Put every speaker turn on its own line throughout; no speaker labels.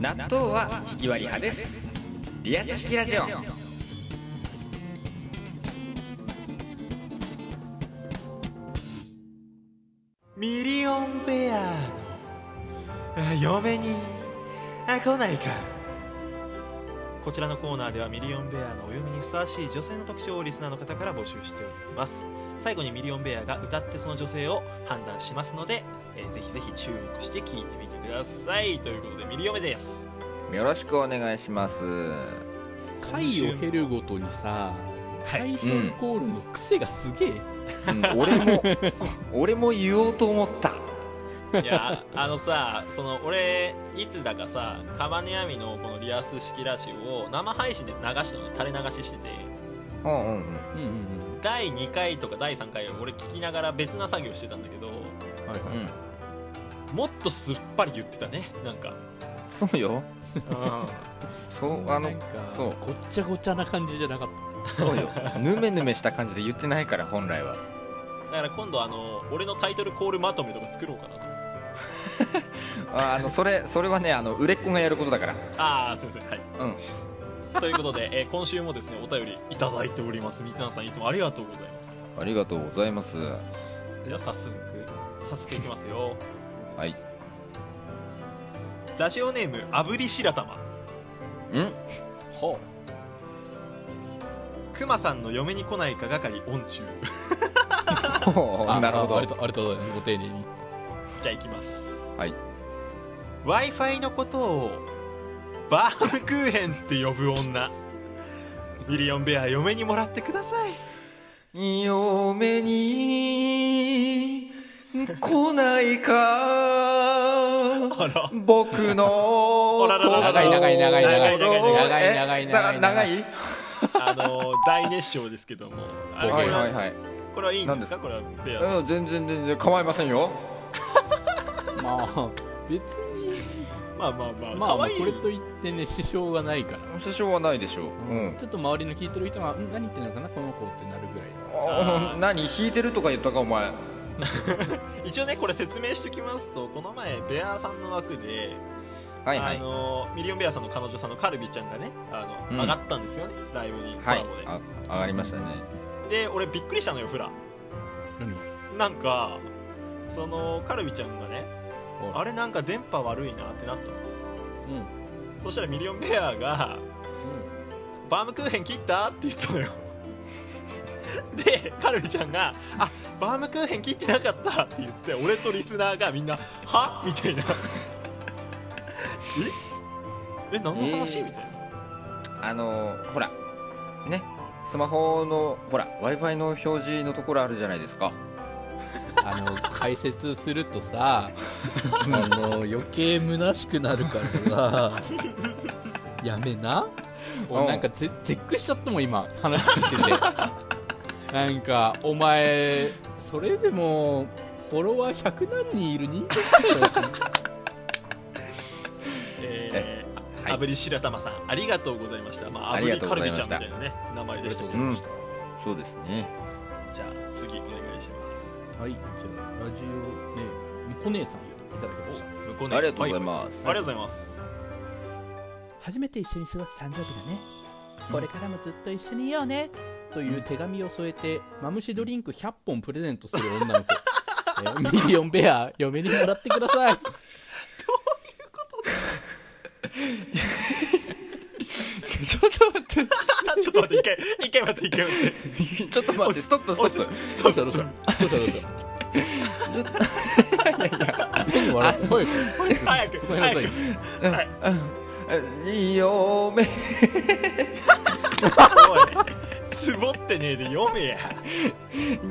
納豆はひきわり派ですリアス式ラジオ
ミリオンベアのあ嫁にあ来ないかこちらのコーナーではミリオンベアのお嫁にふさわしい女性の特徴をリスナーの方から募集しております最後にミリオンベアが歌ってその女性を判断しますので、えーぜひぜひ注目して聞いてみてくださいということでミリオメです
よろしくお願いします
回を経るごとにさ
はい
タイトルコールの癖がすげえ、
うん俺も俺も言おうと思った
いやあのさその俺いつだかさカバネアミのこのリアス式ラジオを生配信で流したのね垂れ流ししてて
うんうんうん
うん、うんうん
第2回とか第3回俺聞きながら別な作業してたんだけど
はいはい、
うん
もっとすっぱり言ってたねなんか、
そうよ
う
そうあの
なんか
そう
ごっちゃごちゃな感じじゃなかっ
そうよヌメヌメした感じで言ってないから本来は
ん、だから今度あの俺のタイトルコールまとめとか作ろうかなと
ああのそれそれはねあの売れっ子がやることだから
ああすいませんはい、
うん
ということで、えー今週もですねお便りいただいておりますみきなさんいつもありがとうございます
ありがとうございます
じゃあ早速早速いきますよ
はい
ラジオネーム炙り白玉
うん
たほ
くまさんの嫁に来ないか係音中
ほうなるほど
ありがとうありがとうご丁寧に
じゃあいきます
はい
w i f i のことをバームクーヘンって呼ぶ女ミリオンベア嫁にもらってください
嫁に来ないか
あら
僕の
あららら
長い長い長い長
長
い
い長い
長い長い長
え
い長い
長
い
い
あの大熱唱ですけどもあの
ボ
は
ケ
い
が
はいはい
これはいいんですかこれはベアさん
うん全然全然構いませんよ
まあ別に
まあまあまあ
まあ
可
まあ
愛い
これといってね支障がないから
支障はないでしょううん
ちょっと周りの聞いてる人が「ん何言ってんのかなこの子」ってなるぐらい
あ
あー
何弾いてるとか言ったかお前
一応ねこれ説明しておきますとこの前ベアさんの枠で、
はいは
あ
い
のミリオンベアさんの彼女さんのカルビちゃんがねあの、
うん
上がったんですよねライブにコ
はい
ラボで、
あ上がりましたね
で俺びっくりしたのよフラ
何
なんかそのカルビちゃんがね
お
あれなんか電波悪いなってなったの
うんうん
そしたらミリオンベアが「バームクーヘン切った?」って言ったのよ でカルビちゃんが「あバームクーヘン切ってなかった」って言って俺とリスナーがみんな「は?」みた いな「ええ何の話?
えー
みたいな
あのほらねスマホのほら w i f i の表示のところあるじゃないですか
あの解説する とさあの余計虚しくなるからさやめな
う
俺
ん
なんかぜ絶句しちゃったもん今話聞いて てなんかお前それでもフォロワー100何人いる人間でしょ
えー
はい
炙り白玉さんありがとうございました、まあ、
あり
炙
が
り
とう
カ
ござ
ル
い
ビ
ま
ちゃ
し
ん
た
みたいなね名前でしたけど
うございましそうですね
じゃあ次お願いします
はいじゃあラジオネームみこ姉さんよりいただきました
向こうね
ありがとうござい
は
ます
いありがとうございます
初めて一緒に過ごす誕生日だねこれからもずっと一緒にいようねという手紙を添えてマムシドリンク100本プレゼントする女の子 えーミリオンベア嫁にもらってください
ちょっと待っ
あちょっと待って一回一回待って一回待って
てちょっと待ってストップストップ
ス
ど
ト
うした
ッ
ど
プス
うし
ト
た
ップ
どうしたどうした 何笑って声
早く
答えなさい
早く
うん
はい
うんいいよめ
おいつぼってねえで読めや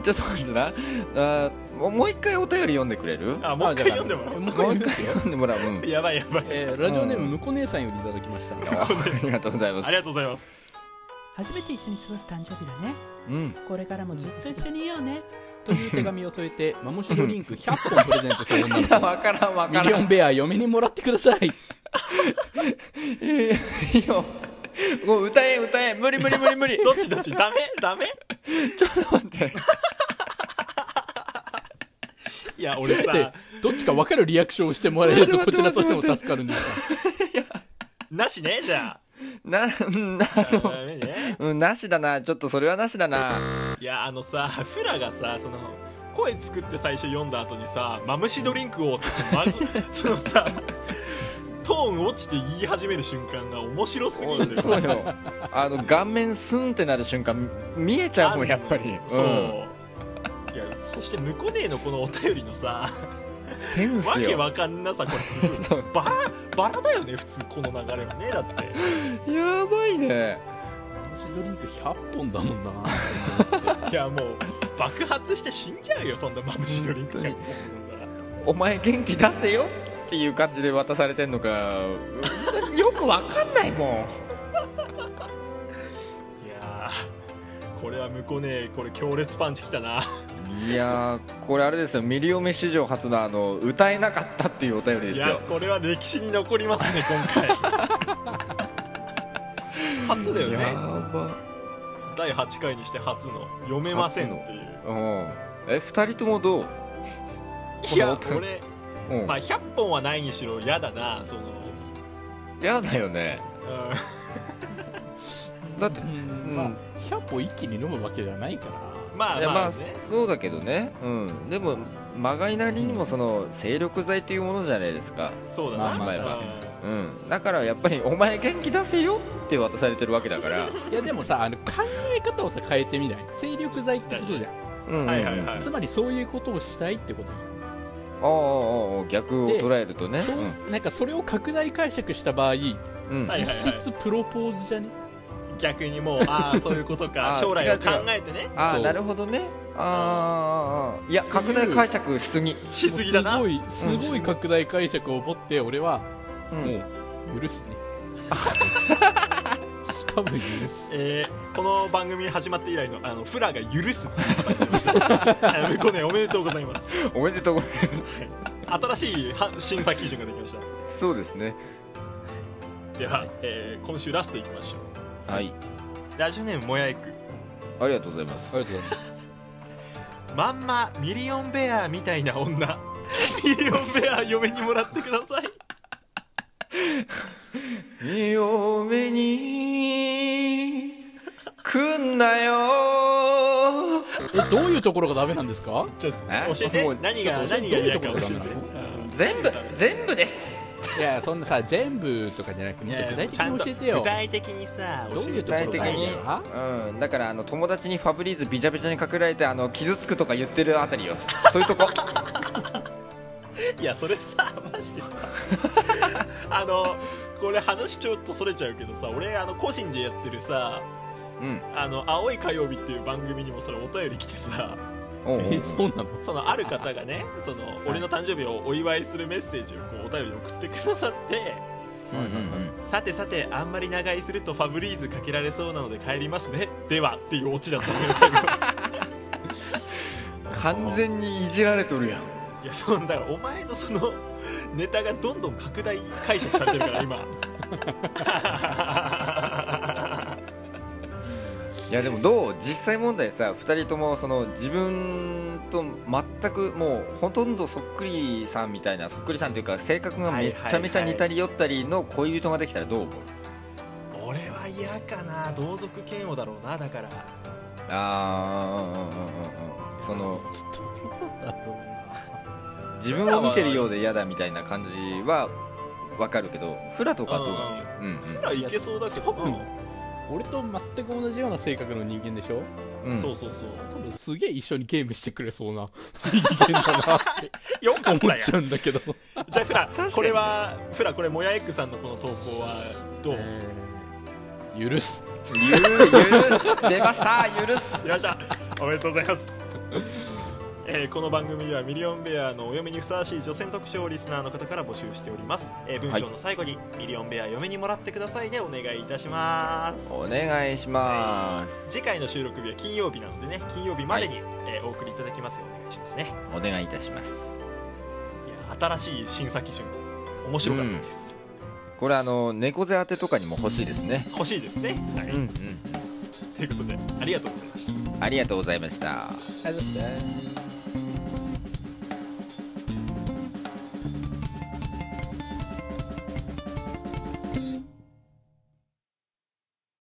ちょっと待ってなあーもうもう一回お便り読んでくれる
あもう一回読んでもらお
も
う
う一回
もう
読み
一
ま
回
すよ
読んでもらううん
やばいやばい
えーラジオネームむこ姉さんよりいただきました
あありがとうございます
ありがとうございます
初めて一緒に過ごす誕生日だね
うん
これからもずっと一緒にいようね
という手紙を添えてマムシドリンク100本プレゼントする 女の
いや
子
わからんわ
ミ
から
リオ
ん
ンベア嫁にもらってください
いやいやいいよもう歌え歌え無理無理無理無 理
どっちどっちダメダメ
ちょっと待って
いや
せ
俺
めて
さ
どっちか分かるリアクションをしてもらえるとこちらとしても助かるんです
なしね じゃ
な、な、
あダメね
うん、なしだな。ちょっとそれはなしだな。
いやあのさフラがさその声作って最初読んだ後にさ「マムシドリンクを」って その,、ま、そのさトーン落ちて言い始める瞬間が面白すぎるんだよ
そうよ。あの、顔面スンってなる瞬間、見えちゃうもん、やっぱり。
そう、
ん
いやそして向こう姉のこのお便りのさ
セン
わ
ス
け
よ。
わかんなさこれすごいバラバラだよね普通この流れはねだって
やばいね。
マムシドリンク100本だもんな。
いやもう爆発して死んじゃうよそんなマムシドリンク100本飲んだら
お前元気出せよっていう感じで渡されてんのか、 よくわかんないもん。
いやーこれは向こうねこれ強烈パンチきたない
やーこれあれですよミリオメ史上初のあの歌えなかったっていうお便りで
い
す
や
よ
これは歴史に残りますね 今回初だよ
や
ね
ば
第8回にして初の読めませんっていう
うんえ二人ともどう初の
いや
この
これ、
うん
まあ、100本はないにしろ嫌だなその、う
嫌だよね
ん、
だって
うんまあ、100本一気に飲むわけじゃないから。
まあ
いや
ま
ま
あ
あ
ね、
そうだけどねうんでもまがいなりにもその精力剤っていうものじゃないですか
そうだな、
まあまあ
うん
確
うんだからやっぱり「お前元気出せよ」って渡されてるわけだから
いやでもさあの考え方をさ変えてみない精力剤ってことじゃん
うん
はいはいはい
あ
つまりそういうことをしたいってこと
あああ逆を捉えるとね
そう
う
なんかそれを拡大解釈した場合
んうん
はい
実質プロポーズじゃね
逆にもうああそういうことか
あー
将来
違
を
う
考
違う
えてね
あ
そ
あ
う
なるほどねあーあーあーいや拡大解釈し すぎ
しすぎだな
もうすごいすごい拡大解釈を持って俺は
う
も
ん
う許す ね多分許す
えーこの番組始まって以来のあのフラが許すっていうパターンになりま したあの向こうねおめでとうございます
おめでとうございます。
新しいは審査基準ができました
そうですね。
では、えー今週ラストいきましょう
はい。
ラジオネームもやえく
ありがとうございます
あ。りがとうございます
まんまミリオンベアみたいな 女ミリオンベア嫁にもらってください
二を目に来んなよ。
えどういうところがダメなんですか
ちょっ
え
と教えて
もう
何が
ちょっと教え
何
て
が嫌か教
どういうところ
え
が
て
ダメ
全部全部です。
いやそんなさ全部とかじゃなくてもっと具体的に教えて
いや
よ
具体的にさ
どういう
教えて
具体的
どこ
に
ろが
うん。だからあの友達にファブリーズびちゃびちゃにかけられてあの傷つくとか言ってるあたりよ。そういうとこ。
いやそれさ マ ジでさあのこれ話ちょっとそれちゃうけどさ俺あの個人でやってるさ
うん。
「あの青い火曜日」っていう番組にもそれお便り来てさ
おうおう
えそうなの
そのある方がねその俺の誕生日をお祝いするメッセージをこうお便りで送ってくださって
うんうんうん。
さてさてあんまり長居するとファブリーズかけられそうなので帰りますねではっていうオチだったん ですけど
完全にいじられとるやん。
いやそんだからお前のそのネタがどんどん拡大解釈されてるから今
いやでもどう実際問題さ2人ともその自分と全くもうほとんどそっくりさんみたいなそっくりさんというか性格がめちゃめちゃ似たり寄ったりの恋人ができたらどう思う
俺は嫌かな同族嫌悪だろうなだから
ああその
ちょっとどうだろうな
自分を見てるようで嫌だみたいな感じはわかるけどフラとかどうなのうん
フラいけそうだけど
多分俺と全く同じような性格の人間でしょ
うんうん
そうそうそう
多分すげえ一緒にゲームしてくれそ うな人間だなって
よかった
思っ
やん
ちゃうんだけど、
じゃあフラ
かに
これはフラこれもやエッグさんのこの投稿はどう、
えー許す
ゆるゆる出ました許す
よっしゃおめでとうございます、 えーこの番組ではミリオンベアのお嫁にふさわしい女性の特徴をリスナーの方から募集しております、えー文章の最後に、ミリオンベア嫁にもらってくださいねお願いいたします
お願いします
次回の収録日は金曜日なのでね金曜日までに、えーお送りいただきますようお願いしますね
お願いいたします
いや新しい審査基準面白かったです、
これあの猫背当てとかにも欲しいですね
欲しいですね、はい
うんうん
ということでありがとうございました
ありがとうございました。
ありがとうございます